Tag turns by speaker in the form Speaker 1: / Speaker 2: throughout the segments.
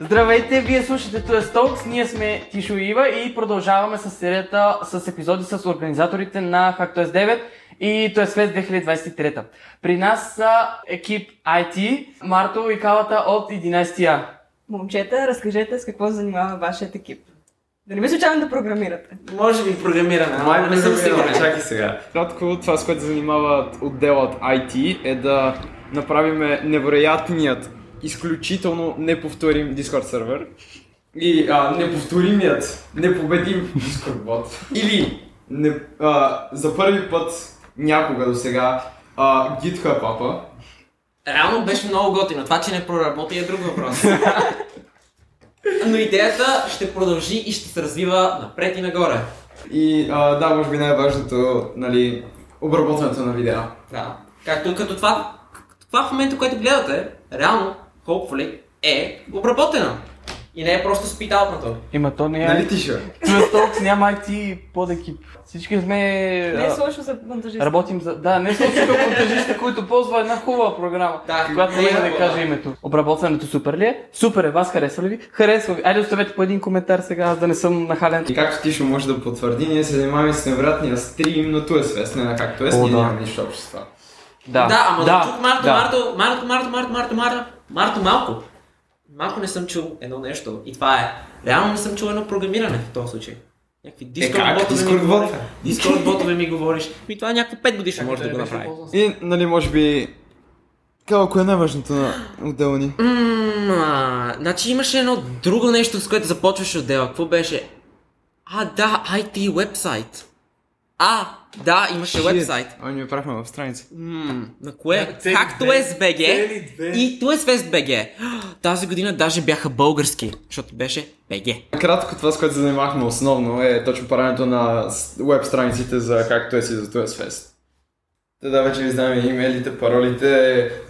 Speaker 1: Здравейте, вие слушате Туес Talks, ние сме Тишо и Ива и продължаваме с серията с епизоди с организаторите на HackToes 9 и Туес Fest 2023. При нас са екип IT, Марто и Калата от 11-я.
Speaker 2: Момчета, разкажете с какво се занимава вашият екип. Да не ви случайно да програмирате.
Speaker 3: Може би програмираме, ама не съм сигурен.
Speaker 4: Чакай сега.
Speaker 5: Кратко, това с което се занимава отделът IT е да направим невероятният, изключително неповторим Discord сервер и а, неповторимият, непобедим Discord бот. Или не, а, за първи път някога до сега а, GitHub апа.
Speaker 3: Реално беше много готино. Това, че не проработи е друг въпрос. Но идеята ще продължи и ще се развива напред и нагоре.
Speaker 5: И а, да, може би най-важното, нали, обработването на видео.
Speaker 3: Да. Както като това, това в момента, което гледате, реално, hopefully, е обработено. И не е просто спиталтното.
Speaker 1: Има то
Speaker 3: Е,
Speaker 1: не
Speaker 5: Нали ти ще?
Speaker 1: Туес Talks няма IT под екип. Всички сме...
Speaker 2: Не е
Speaker 1: а,
Speaker 2: сложно за монтажиста.
Speaker 1: Работим за... Да, не съм чукал монтажиста, който ползва една хубава програма,
Speaker 3: Да, е
Speaker 1: която не да
Speaker 3: хубава.
Speaker 1: не каже името. Обработването супер ли е? Супер е, вас харесва ли ви? Харесва ви. Айде оставете по един коментар сега, аз да не съм нахален.
Speaker 4: И както ти ще може да потвърди, ние се занимаваме с невероятния стрим, но ту е свест, не на както е, с
Speaker 1: О,
Speaker 4: ние
Speaker 1: да.
Speaker 4: нямаме нищо общо с това.
Speaker 1: Да,
Speaker 3: да ама да, тук Марто,
Speaker 1: да.
Speaker 3: Марто, Марто, Марто, Марто, Марто, Марто, Марто, малко. Малко не съм чул едно нещо. И това е. Реално не съм чул едно програмиране в този случай. Някакви Discord
Speaker 4: Е, как?
Speaker 3: ботове ми
Speaker 4: Discord бота?
Speaker 3: говориш. Discord ботове ми говориш. И това е някакво 5 годишно може да го направи.
Speaker 5: И, нали, може би... Какво е най-важното на отдела ни?
Speaker 3: Ммм, а, значи имаше едно друго нещо, с което започваше отдела. Какво беше? А, да, IT вебсайт. А, да, имаше вебсайт.
Speaker 5: Ами ни правихме в страница.
Speaker 3: Ммм, на кое?
Speaker 1: цели
Speaker 3: Как
Speaker 1: две.
Speaker 3: TOESBG
Speaker 1: Цели две.
Speaker 3: и е TOESFestBG. Тази година даже бяха български, защото беше BG.
Speaker 4: Кратко това, с което се занимахме основно е точно правенето на веб страниците за както е си за Туес Фест. Та да, вече ви знаем имейлите, паролите,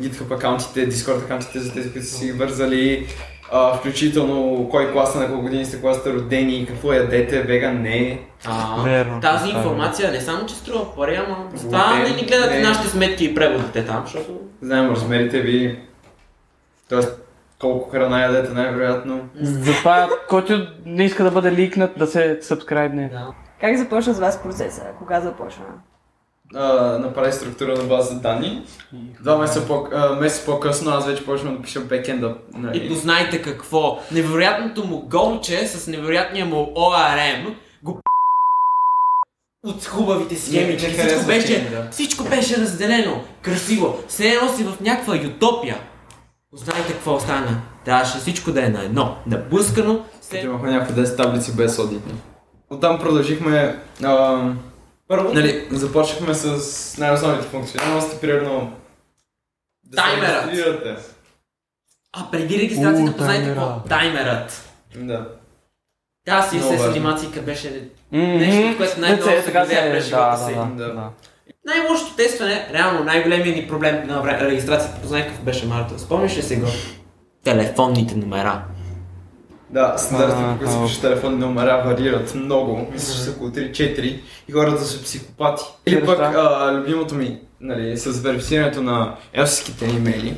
Speaker 4: GitHub акаунтите, Discord акаунтите за тези, които са си ги вързали, а, включително кой класа, на колко години сте, кога сте родени, какво ядете, веган, не.
Speaker 1: Верно.
Speaker 3: Тази информация не само, че струва пари, ама с това
Speaker 4: Въобще
Speaker 3: не ни гледат
Speaker 4: не.
Speaker 3: нашите сметки и преводите там, защото...
Speaker 4: Знаем размерите ви, т.е. колко храна ядете най-вероятно.
Speaker 1: Затова, който не иска да бъде ликнат, да се сабскрайбне.
Speaker 3: Да.
Speaker 2: Как започна с вас процеса? Кога започна?
Speaker 4: а, направи структура на база данни. Два месеца, по, а, месец по-късно аз вече почвам да пиша бекенда.
Speaker 3: И
Speaker 4: Нали?
Speaker 3: познайте какво. Невероятното му голче с невероятния му ORM го п- от хубавите схеми,
Speaker 4: Не,
Speaker 3: че
Speaker 4: не
Speaker 3: всичко
Speaker 4: харесва
Speaker 3: беше,
Speaker 4: схеми, да.
Speaker 3: всичко беше разделено, красиво, се едно си в някаква ютопия. Познайте какво стана. Трябваше всичко да е на едно, наблъскано, след...
Speaker 4: Имахме някакви 10 таблици без одитни. Оттам продължихме. А,
Speaker 3: Първо,
Speaker 4: нали, започнахме с най-основните функционалности, примерно. Да се
Speaker 3: Таймерът.
Speaker 4: регистрирате.
Speaker 3: а преди регистрацията
Speaker 1: О,
Speaker 3: познайте
Speaker 1: таймера.
Speaker 3: какво? Таймерът.
Speaker 4: Да.
Speaker 3: Тя си
Speaker 4: Много
Speaker 3: с
Speaker 4: важно.
Speaker 3: анимацията беше нещо, което най-много
Speaker 1: Деца,
Speaker 3: се
Speaker 1: така се
Speaker 3: влияе през живота си.
Speaker 1: Да, да,
Speaker 4: Да.
Speaker 1: да.
Speaker 3: Най-лошото тестване, реално най-големият ни проблем на вре- регистрацията, познай какъв беше Марта. Спомняш ли си го? Телефонните номера.
Speaker 4: Да, стандартите,
Speaker 1: А,
Speaker 4: по които се
Speaker 1: а.
Speaker 4: пише телефон номера варират много. Мисля, че са около 3-4 и хората са психопати. Или
Speaker 1: Верно,
Speaker 4: пък
Speaker 1: да.
Speaker 4: а, любимото ми, нали, с верифицирането на елските имейли.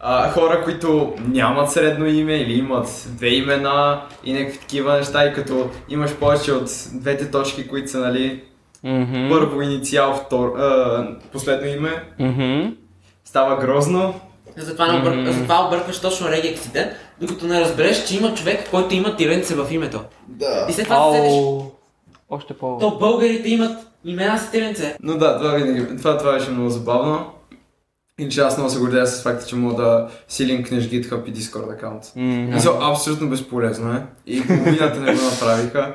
Speaker 4: А, хора, които нямат средно име или имат две имена и някакви такива неща, и като имаш повече от двете точки, които са, нали,
Speaker 1: Мгм.
Speaker 4: първо инициал, втор, а, последно име,
Speaker 1: Мгм.
Speaker 4: става грозно.
Speaker 3: Е, Затова, не обър... Затова объркваш точно регексите, докато не разбереш, че има човек, който има тиренце в името.
Speaker 4: Да.
Speaker 3: И след Е, това се седеш,
Speaker 1: Ау. Още по...
Speaker 3: то българите имат имена с тиренце.
Speaker 4: Но да, това винаги. Това, това беше много забавно. И че аз много се гордея с факта, че мога да си линкнеш GitHub и Discord аккаунт.
Speaker 1: М,
Speaker 4: Мисля, абсолютно безполезно е. И половината не го направиха.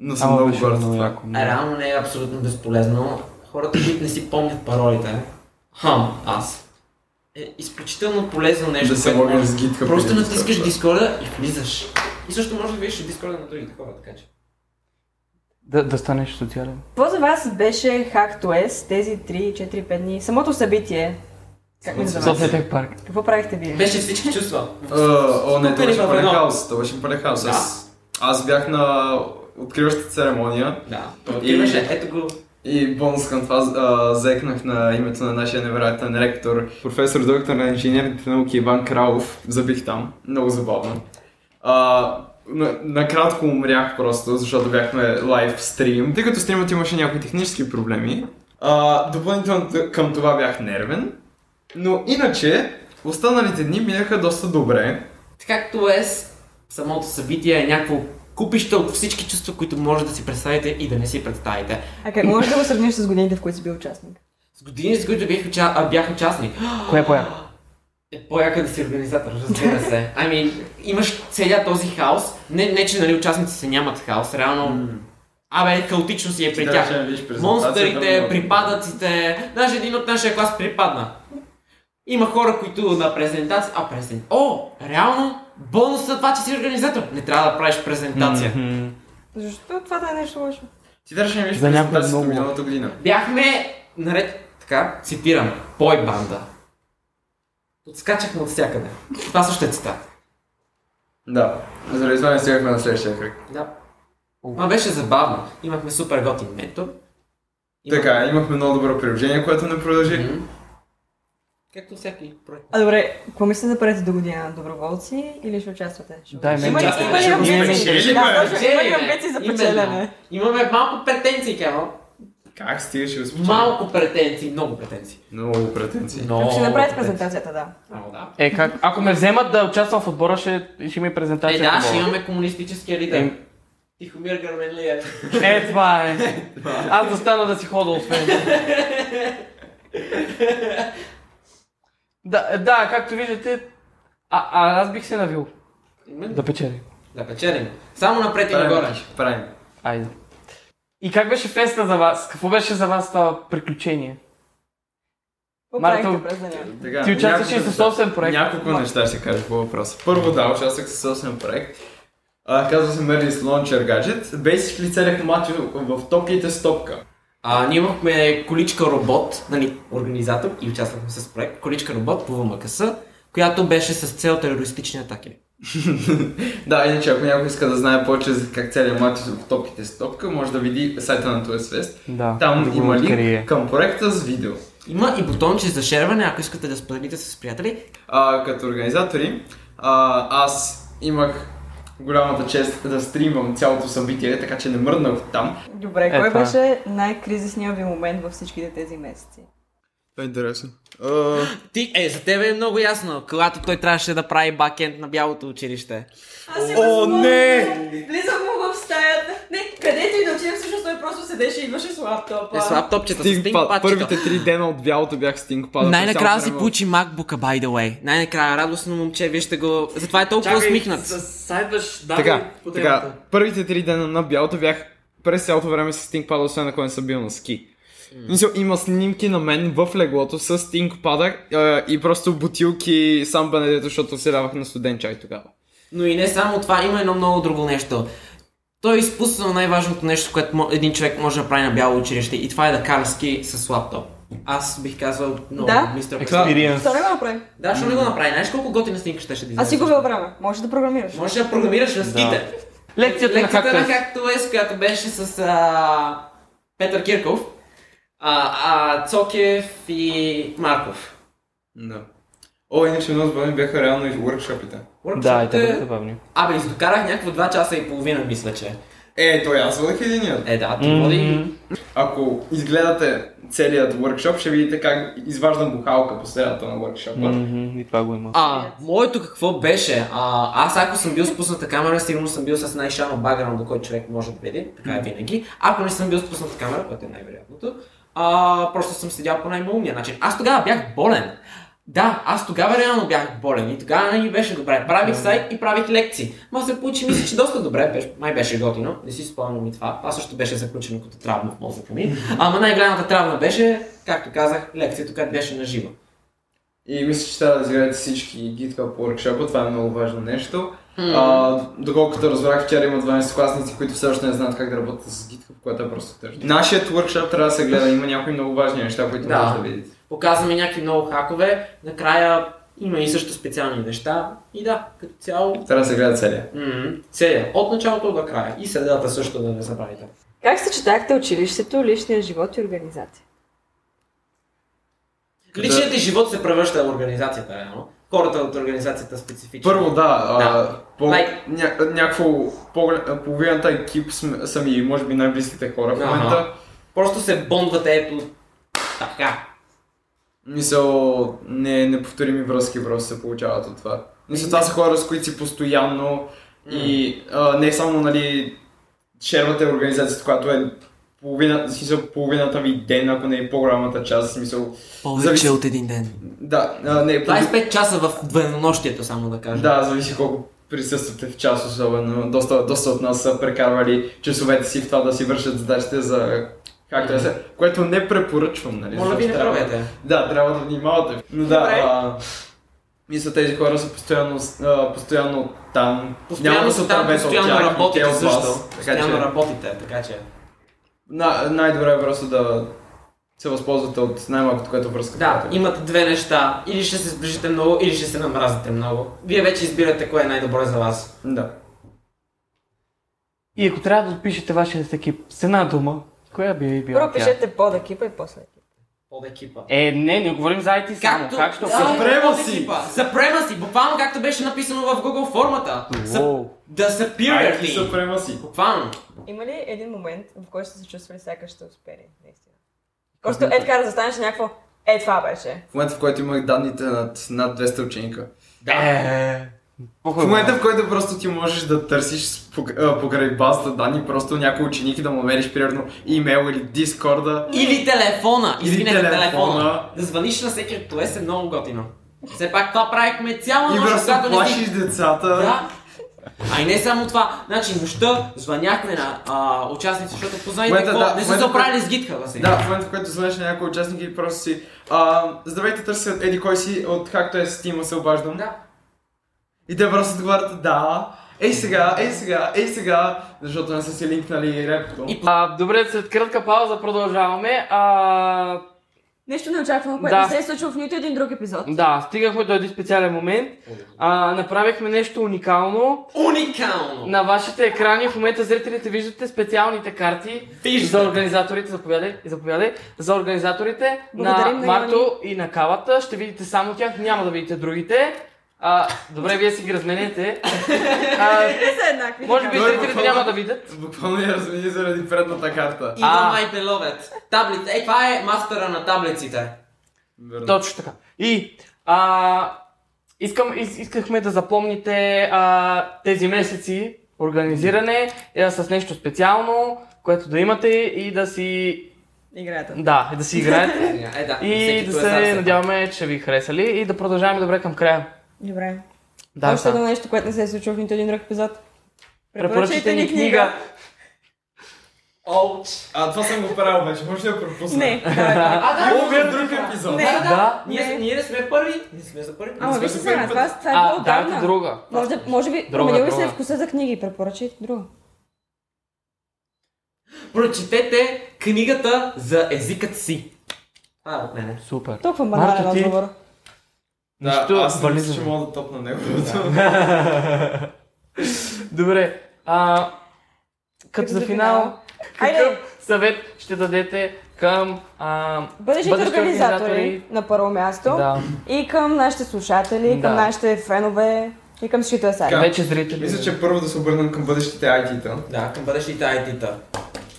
Speaker 4: Но съм
Speaker 1: Ама
Speaker 4: много
Speaker 1: беше
Speaker 4: горд за
Speaker 1: много
Speaker 4: това.
Speaker 1: яко,
Speaker 3: А
Speaker 1: много.
Speaker 3: реално не е абсолютно безполезно. Хората, които не си помнят паролите. Хам, аз. Е изключително полезно нещо.
Speaker 4: Да се
Speaker 3: което
Speaker 4: логнеш
Speaker 3: може-
Speaker 4: с GitHub.
Speaker 3: Просто
Speaker 4: или
Speaker 3: натискаш
Speaker 4: Discord.
Speaker 3: Дискорда и влизаш. И също можеш да видиш Дискорда на другите хора, така че.
Speaker 1: Да, да станеш социален.
Speaker 2: Какво за вас беше Hack to S тези 3-4-5 дни? Самото събитие. Как ми
Speaker 4: Самото
Speaker 2: за
Speaker 1: София
Speaker 2: вас?
Speaker 1: Тех парк.
Speaker 2: Какво правихте вие?
Speaker 3: Беше всички чувства.
Speaker 4: А, О, не, това
Speaker 3: Купили
Speaker 4: беше
Speaker 3: в едно.
Speaker 4: Палехаус. Това беше Палехаус. Аз, аз бях на откриващата церемония
Speaker 3: Да.
Speaker 4: И-
Speaker 3: Имаше, ето го.
Speaker 4: и бонус към това а, заекнах на името на нашия невероятен ректор, професор доктор на инженерните науки Иван Кралов. Забих там. Много забавно. А, на- накратко умрях просто, защото бяхме лайв стрим, тъй като стримът имаше някои технически проблеми. А, допълнително т- към това бях нервен, но иначе останалите дни минаха доста добре.
Speaker 3: Както е, с- самото събитие е някакво купище от всички чувства, които може да си представите и да не си представите.
Speaker 2: А как можеш да го сравниш с годините, в които си бил участник?
Speaker 3: С години, с които бях, уча... а, бях участник,
Speaker 1: Кое е пояко?
Speaker 3: е по-яко да си организатор, разбира се. Ами, имаш целият този хаос. Не, не че нали, участниците нямат хаос, реално. Абе, хаотично си е при тях. Монстърите, припадъците, даже един от нашия клас припадна. Има хора, които на презентация... А, презент... О, реално, бонус за това, че си организатор. Не трябва да правиш презентация.
Speaker 2: Защо това да е нещо лошо?
Speaker 4: Ти трябваше да ми виж
Speaker 1: За някой
Speaker 4: презентацията
Speaker 1: много.
Speaker 4: миналата година.
Speaker 3: Бяхме, наред, така, цитирам, бой банда. Отскачахме от всякъде. Това също е цитат.
Speaker 4: Да, заради това не стигахме на следващия кръг.
Speaker 3: Да. Ма беше забавно. Имахме супер готин ментор. Има-
Speaker 4: Така, е. имахме много добро приложение, което не продължи.
Speaker 3: М. Както всеки проект.
Speaker 2: А добре, какво мислите да правите до година? Доброволци или ще участвате? Ще-
Speaker 1: Дай мен
Speaker 2: има ли,
Speaker 1: участвам.
Speaker 2: има ли
Speaker 1: Ще
Speaker 2: амбиции?
Speaker 1: имаме
Speaker 4: печели, бе.
Speaker 2: Да, точно, има ли
Speaker 3: Печели, бе.
Speaker 2: амбиции за
Speaker 3: Именно.
Speaker 2: печелене?
Speaker 3: Имаме малко претенции, Кемо.
Speaker 4: Как стигаш и успеш?
Speaker 3: Малко претенции, много претенции.
Speaker 4: Много претенции.
Speaker 3: Много
Speaker 2: Ще направите
Speaker 3: претенции.
Speaker 2: презентацията, да.
Speaker 3: О, да.
Speaker 1: Е, как? Ако ме вземат да участвам в отбора, ще, ще има и
Speaker 3: Е,
Speaker 1: презентация.
Speaker 3: да,
Speaker 1: ако
Speaker 3: ще
Speaker 1: мога.
Speaker 3: имаме комунистическия лидер.
Speaker 1: Е.
Speaker 3: Тихомир Гърменлиев.
Speaker 1: Е, това е. Аз да стана да си хода, освен. да, да, както виждате, а, а аз бих се навил
Speaker 3: Именно.
Speaker 1: да печели.
Speaker 3: Да печелим. Само напред и нагоре.
Speaker 4: Правим, правим.
Speaker 1: Айде. И как беше феста за вас? Какво беше за вас това приключение?
Speaker 2: Какво
Speaker 1: Марто,
Speaker 2: правите през деня?
Speaker 4: Така,
Speaker 1: Ти участваш
Speaker 4: няколко
Speaker 1: и със
Speaker 4: неща.
Speaker 1: собствен проект.
Speaker 4: Няколко неща ще кажа по въпроса. Първо да, участвах със собствен проект. А, казва се Merlis Launcher Gadget. Basically целях мати в топките с топка.
Speaker 3: А, ние имахме количка робот, нали, организатор и участвахме с проект. Количка робот по ВМКС, която беше с цел терористични атаки.
Speaker 4: Да, иначе ако някой иска да знае повече за как целият мати в топките с топка, може да види сайта на TOS Fest.
Speaker 1: Да,
Speaker 4: Там
Speaker 1: да го
Speaker 4: има
Speaker 1: открие.
Speaker 4: линк към проекта с видео.
Speaker 3: Има и бутонче за шерване, ако искате да споделите с приятели.
Speaker 4: А, като организатори, а, аз имах голямата чест да стримвам цялото събитие, така че не мръднах там.
Speaker 2: Добре,
Speaker 1: Е,
Speaker 2: кой
Speaker 1: това е.
Speaker 2: беше най-кризисният ви момент във всичките тези месеци?
Speaker 4: Това е интересно.
Speaker 3: Ти, е, за тебе е много ясно, когато той трябваше да прави бакенд на бялото училище.
Speaker 2: Аз си
Speaker 4: О,
Speaker 2: възможно.
Speaker 4: не!
Speaker 2: Влизам му в стаята. Не, където и да отидем, всъщност той просто седеше и идваше с лаптопа.
Speaker 3: Е, с лаптопчета, с
Speaker 5: Стингпад.
Speaker 3: пингпадчета.
Speaker 5: Първите три дена от бялото бях стингпада.
Speaker 3: Най-накрая си получи MacBook, by the way. Най-накрая радостно момче, вижте го. Затова е толкова усмихнат.
Speaker 1: Сайдваш, да,
Speaker 5: Така, така, първите три дена на бялото бях през цялото време с стингпада, освен ако не съм бил на ски. Мисля, има снимки на мен в леглото с стингпада е, и просто бутилки сам бенедето, защото се давах на студен чай тогава.
Speaker 3: Но и не само това, има едно много друго нещо. Той е изпуснал най-важното нещо, което мо- един човек може да прави на бяло училище и това е да кара ски с лаптоп. Аз бих казал много,
Speaker 2: Да?
Speaker 3: мистер
Speaker 1: Е,
Speaker 3: Преслав.
Speaker 1: Експириенс.
Speaker 2: Защо не го направи?
Speaker 3: Да, защо не го направи? Знаеш колко готина снимка ще ще
Speaker 2: Аз си губя
Speaker 3: дизайнираш?
Speaker 2: време. Може да програмираш.
Speaker 3: Може да програмираш на ските.
Speaker 1: Лекцията, на
Speaker 3: Лекцията на
Speaker 1: как
Speaker 3: както е, с която беше с а, Петър Кирков, а, а, Цокев и Марков.
Speaker 4: Да. О, иначе много забавни бяха реално и въркшопите.
Speaker 1: Да, и
Speaker 3: Workshopите-
Speaker 1: те забавни.
Speaker 3: е- Абе, издокарах някакво 2 часа и половина, мисля, че.
Speaker 4: Е, той аз водех единият.
Speaker 3: Е, да, ти води.
Speaker 1: Мгм.
Speaker 4: Ако изгледате целият въркшоп, ще видите как изваждам бухалка по средата на въркшопа.
Speaker 1: Мгм, И това го има.
Speaker 3: А, моето какво беше? А, аз ако съм бил с пусната камера, сигурно съм бил с най-шано баграунд, до който човек може да види. Така е винаги. Ако не съм бил с пусната камера, което е най-вероятното, а, просто съм седял по най-малумния начин. Аз тогава бях болен. Да, аз тогава реално бях болен и тогава не ми беше добре. Правих сайт и правих лекции. Ма се получи, мисля, че доста добре. Беше, май беше готино. Не си спомням и това. Това също беше заключено като травма в мозъка ми. Ама най-голямата травма беше, както казах, лекцията, която беше на живо.
Speaker 4: И мисля, че трябва да изгледате всички GitHub по въркшопа, това е много важно нещо. А, доколкото разбрах, вчера има 12 класници, които все още не знаят как да работят с GitHub, което е просто тъжно. Нашият въркшоп трябва да се гледа, има някои много важни неща, които
Speaker 3: Да.
Speaker 4: може да видите.
Speaker 3: показваме някакви много хакове, накрая има и също специални неща и да, като цяло
Speaker 4: Трябва да се гледа целия.
Speaker 3: м, целия, от началото до края и средата също да не забравите.
Speaker 2: Как съчетахте училището, личния живот и организация?
Speaker 3: Личният ти живот се превръща в организацията, реално. хората от организацията специфично.
Speaker 4: Първо, да.
Speaker 3: Да.
Speaker 4: А, по,
Speaker 3: Like-
Speaker 4: ня, някакво, по, половината екип сме- са ми, може би, най-близките хора в
Speaker 3: Аха.
Speaker 4: момента.
Speaker 3: Просто се бондвате ето така.
Speaker 4: Мисъл, не, неповторими връзки просто се получават от това. Мисъл, това са хора, с които си постоянно и а, не само, нали, шервате организацията, която е половина, в смисъл, половината ви ден, ако не е по-голямата част, в смисъл,
Speaker 1: Повече
Speaker 4: Зависи-
Speaker 1: от един ден.
Speaker 4: да, а, не, по-
Speaker 3: 25 часа в двенонощието, само да кажа.
Speaker 4: да, зависи колко присъствате в час особено. Доста, доста от нас са прекарвали часовете си в това да си вършат задачите за както е се, което не препоръчвам, нали?
Speaker 3: Моля ви, не
Speaker 4: защото трябва-
Speaker 3: правете.
Speaker 4: Да, трябва да внимавате. Но да,
Speaker 3: Добре.
Speaker 4: а, мисля, тези хора са постоянно, с- а, постоянно там.
Speaker 3: Постоянно
Speaker 4: Няма да
Speaker 3: са
Speaker 4: се
Speaker 3: там,
Speaker 4: отървете
Speaker 3: постоянно
Speaker 4: от тях, и те
Speaker 3: работите
Speaker 4: от
Speaker 3: също.
Speaker 4: вас. Така
Speaker 3: Постоянно
Speaker 4: че
Speaker 3: работите, така че.
Speaker 4: на, най-добре е просто да се възползвате от най-малкото, което е. връзка.
Speaker 3: Да,
Speaker 4: правите.
Speaker 3: имате две неща. Или ще се сближите много, или ще се намразите много. Вие вече избирате кое е най-добро за вас.
Speaker 4: да.
Speaker 1: И ако трябва да отпишете вашия екип с една дума, коя би била
Speaker 2: Първо
Speaker 1: тя?
Speaker 2: пишете под екипа и после екипа.
Speaker 3: Под екипа.
Speaker 1: Е, не, не говорим за IT само. Как ще опишете?
Speaker 4: Supremacy!
Speaker 3: Съпремаси! Буквално както беше написано в Google формата.
Speaker 1: Уоу.
Speaker 3: Да са пирали.
Speaker 4: съпрема си.
Speaker 3: Буквално.
Speaker 2: Има ли един момент, в който сте се чувствали сякаш ще успели, наистина? Просто е така да застанеш някакво, е това беше.
Speaker 4: В момента, в който имах данните над, над 200 ученика.
Speaker 1: Е,
Speaker 4: В
Speaker 1: по-хубаво.
Speaker 4: момента, в който просто ти можеш да търсиш с пок- а, покрай базата данни, просто някой ученик и да му мериш, примерно, имейл или дискорда.
Speaker 3: Или телефона.
Speaker 4: Или
Speaker 3: Извинете, телефона.
Speaker 4: телефона.
Speaker 3: Да звъниш на всеки актуес е много готино. Все пак това правихме цяла
Speaker 4: И
Speaker 3: нощ,
Speaker 4: просто
Speaker 3: когато не си...
Speaker 4: плашиш децата.
Speaker 3: Да. А и не само това. Значи нощта звъняхме на а, участници, защото познайте
Speaker 4: Момента,
Speaker 3: какво.
Speaker 4: да,
Speaker 3: не са се
Speaker 4: момента,
Speaker 3: оправили с GitHub сега.
Speaker 4: Да, в момента, в който звънеш на някой участник и просто си а, Здравейте, търся еди кой си, от както е Steam се обаждам.
Speaker 3: Да.
Speaker 4: И те просто отговарят да. Ей сега, ей сега, ей сега, защото не са си линкнали репото.
Speaker 3: И-
Speaker 1: А, добре, след кратка пауза продължаваме. А,
Speaker 2: Нещо неочаквано,
Speaker 1: което Да. не се
Speaker 2: е случило в нито един друг епизод.
Speaker 1: да, стигахме до един специален момент. А, направихме нещо уникално.
Speaker 3: Уникално!
Speaker 1: На вашите екрани в момента зрителите виждате специалните карти
Speaker 3: Виждате.
Speaker 1: за организаторите. Заповядай, заповядай. За организаторите
Speaker 2: Благодарим
Speaker 1: на
Speaker 2: на
Speaker 1: Марто и на Калата. Ще видите само тях, няма да видите другите. А, добре, вие си ги разменете. А,
Speaker 2: Те са еднакви.
Speaker 1: може би
Speaker 4: Добре,
Speaker 1: зрителите
Speaker 4: буквално.
Speaker 1: няма да видят.
Speaker 4: Буквално я размени заради предната карта.
Speaker 3: Идва
Speaker 1: А.
Speaker 3: майте ловят. Таблица. Е, това е мастера на таблиците.
Speaker 4: Верно.
Speaker 1: Точно така. И а, искам, ис, искахме да запомните а, тези месеци организиране а, с нещо специално, което да имате и да си,
Speaker 2: Играята.
Speaker 1: да, да си играете.
Speaker 3: Е, да.
Speaker 1: И
Speaker 3: всеки
Speaker 1: да
Speaker 3: той е сам
Speaker 1: се
Speaker 3: себе.
Speaker 1: надяваме, че ви харесали и да продължаваме добре към края.
Speaker 2: Добре.
Speaker 1: Да,
Speaker 2: Още едно
Speaker 1: да.
Speaker 2: нещо, което не се е случило в нито един друг епизод.
Speaker 1: Препоръчайте ни книга.
Speaker 3: Оуч.
Speaker 4: А това съм го правил вече, може ли да пропусна?
Speaker 2: Не, давай, давай.
Speaker 3: А, да,
Speaker 4: Мога друг епизод.
Speaker 1: е
Speaker 2: Не.
Speaker 1: Да.
Speaker 3: Ние,
Speaker 2: Не.
Speaker 3: ние не сме първи. Не сме за първи.
Speaker 2: Ама вижте сега, това, това е
Speaker 1: А,
Speaker 2: много
Speaker 1: дайте
Speaker 2: отдавна.
Speaker 1: друга.
Speaker 2: Може, да- може би,
Speaker 1: Друга,
Speaker 2: променил ли се
Speaker 1: друга.
Speaker 2: вкуса за книги, препоръчайте друго.
Speaker 3: Прочетете книгата за езикът си. Това е от мене.
Speaker 1: Супер.
Speaker 2: Толкова
Speaker 1: Марто,
Speaker 2: банален
Speaker 1: ти-
Speaker 2: отговор.
Speaker 4: Да,
Speaker 1: Нищо,
Speaker 4: аз
Speaker 1: вали
Speaker 4: мисля,
Speaker 1: за
Speaker 4: че
Speaker 1: мен.
Speaker 4: мога да топна неговото.
Speaker 1: Добре. А, като за финал,
Speaker 2: Айде,
Speaker 1: какъв съвет ще дадете към а,
Speaker 2: бъдещите
Speaker 1: бъдещи
Speaker 2: организатори на първо място
Speaker 1: Да,
Speaker 2: и към нашите слушатели, към
Speaker 1: Да.
Speaker 2: нашите фенове и към всичките сайт.
Speaker 4: Към-
Speaker 1: вече зрители.
Speaker 4: Мисля, че първо да се обърнем към бъдещите IT-та.
Speaker 3: Да, към бъдещите IT-та.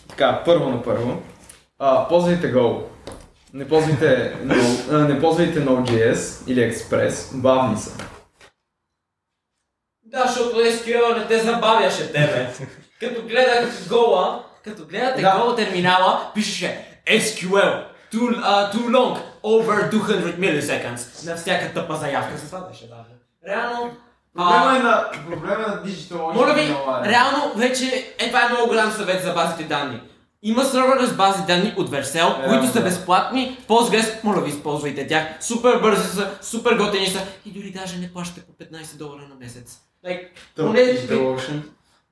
Speaker 4: Така, първо на първо. А, ползвайте Go. Не ползвайте, no, а, не ползвайте Node.js или Express. Бавни са.
Speaker 3: Да, защото SQL не те забавяше тебе. като гледах гола, като гледате
Speaker 4: Да.
Speaker 3: гола терминала, пишеше SQL. Too, uh, too long, over 200 milliseconds. На всяка тъпа заявка. За това беше, да. Реално, а,
Speaker 4: Проблема е на, проблема е на Digital
Speaker 3: Моля ви,
Speaker 4: Engineering.
Speaker 3: реално вече е това е много голям съвет за базите данни. Има сървър с бази данни от Vercel,
Speaker 4: Е,
Speaker 3: които са
Speaker 4: да.
Speaker 3: безплатни. Postgres, моля ви, използвайте тях. Супер бързи са, супер готини са и дори даже не плащате по 15 долара на месец. Like,
Speaker 4: Тъп,
Speaker 3: поне-
Speaker 4: DigitalOcean.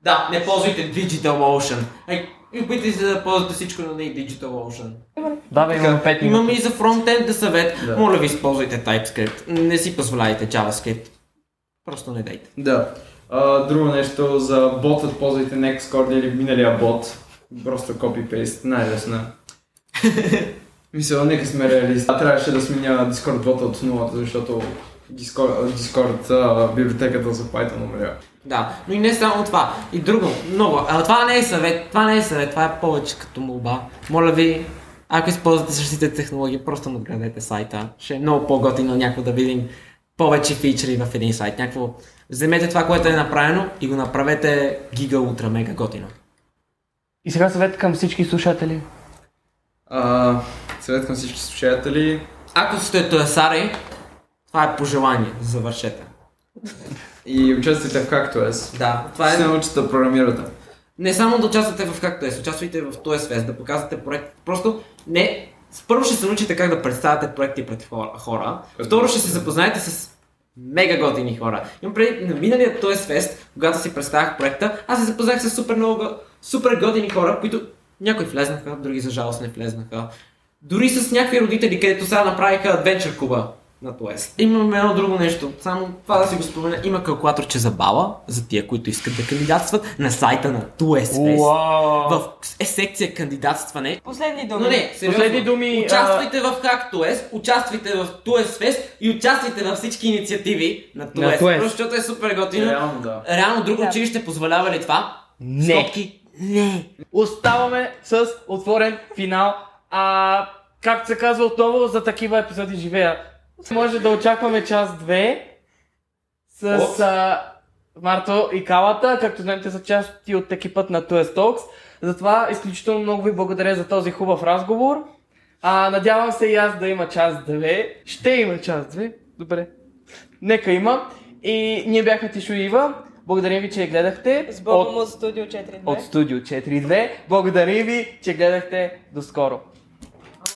Speaker 3: Да, не ползвайте DigitalOcean. Like, и опитайте се да ползвате всичко, но не и DigitalOcean.
Speaker 1: Да, бе, имаме 5 минути.
Speaker 3: Имаме и за фронтенда съвет.
Speaker 4: Е, Да.
Speaker 3: Моля ви, използвайте TypeScript. Не си позволяйте JavaScript. Просто не дайте.
Speaker 4: Да. А, друго нещо за ботът, ползвайте Nextcord или миналия бот. Просто copy-paste, най-лесна. Мисля, нека сме реалисти. А трябваше да сменя Discord бота от нулата, защото Discord, Discord а, библиотеката за Python умря.
Speaker 3: Да, но и не само това. И друго, много. А, това не е съвет, това не е съвет, това е повече като молба. Моля ви, ако използвате същите технологии, просто му градете сайта. Ще е много по-готино някакво да видим повече фичери в един сайт. Някакво... Вземете това, което е направено и го направете гига ултра мега готино.
Speaker 1: И сега съвет към всички слушатели.
Speaker 4: А, съвет към всички слушатели.
Speaker 3: Ако сте тоесари, това е пожелание. Завършете.
Speaker 4: И участвайте в както е. Ще
Speaker 3: Да, това е
Speaker 4: се научите да програмирате.
Speaker 3: не само да участвате в както е, участвайте в този свест, да показвате проект. Просто не. Първо ще се научите как да представяте проекти пред хора- хора. Второ ще се запознаете с мега готини хора. Имам преди на миналия този свест, когато си представях проекта, аз се запознах с супер много го- супер готини хора, които някои влезнаха, други за жалост не влезнаха. Дори с някакви родители, където сега направиха Adventure Куба на Туест. Имаме едно друго нещо, само това да си го спомена. Има калкулаторче за бала, за тия, които искат да кандидатстват, на сайта на Туест.
Speaker 1: Уау!
Speaker 3: В е секция кандидатстване.
Speaker 2: Последни думи.
Speaker 3: Но не, сериозно.
Speaker 1: Последни думи. а,
Speaker 3: Участвайте в Hack Туест, участвайте в Туест Фест и участвайте във всички инициативи на Туест.
Speaker 1: Туест.
Speaker 3: Просто защото е супер готино.
Speaker 4: Реално да.
Speaker 3: Реално друго
Speaker 2: Да.
Speaker 3: училище позволява ли това?
Speaker 1: Не.
Speaker 3: Стопки? Не.
Speaker 1: Оставаме с отворен финал. А, както се казва отново, за такива епизоди живея. Може да очакваме част 2 с
Speaker 4: От?
Speaker 1: а, Марто и Калата. Както знаем, те са части от екипът на Туест Talks. Затова изключително много ви благодаря за този хубав разговор. А, надявам се и аз да има част 2. Ще има част 2. Добре. Нека има. И ние бяхме Тишо и Ива. Благодаря ви, че я гледахте.
Speaker 2: С
Speaker 1: От-
Speaker 2: Богом от студио 4.2.
Speaker 1: от Студио 4.2. Благодарим ви, че гледахте. До скоро!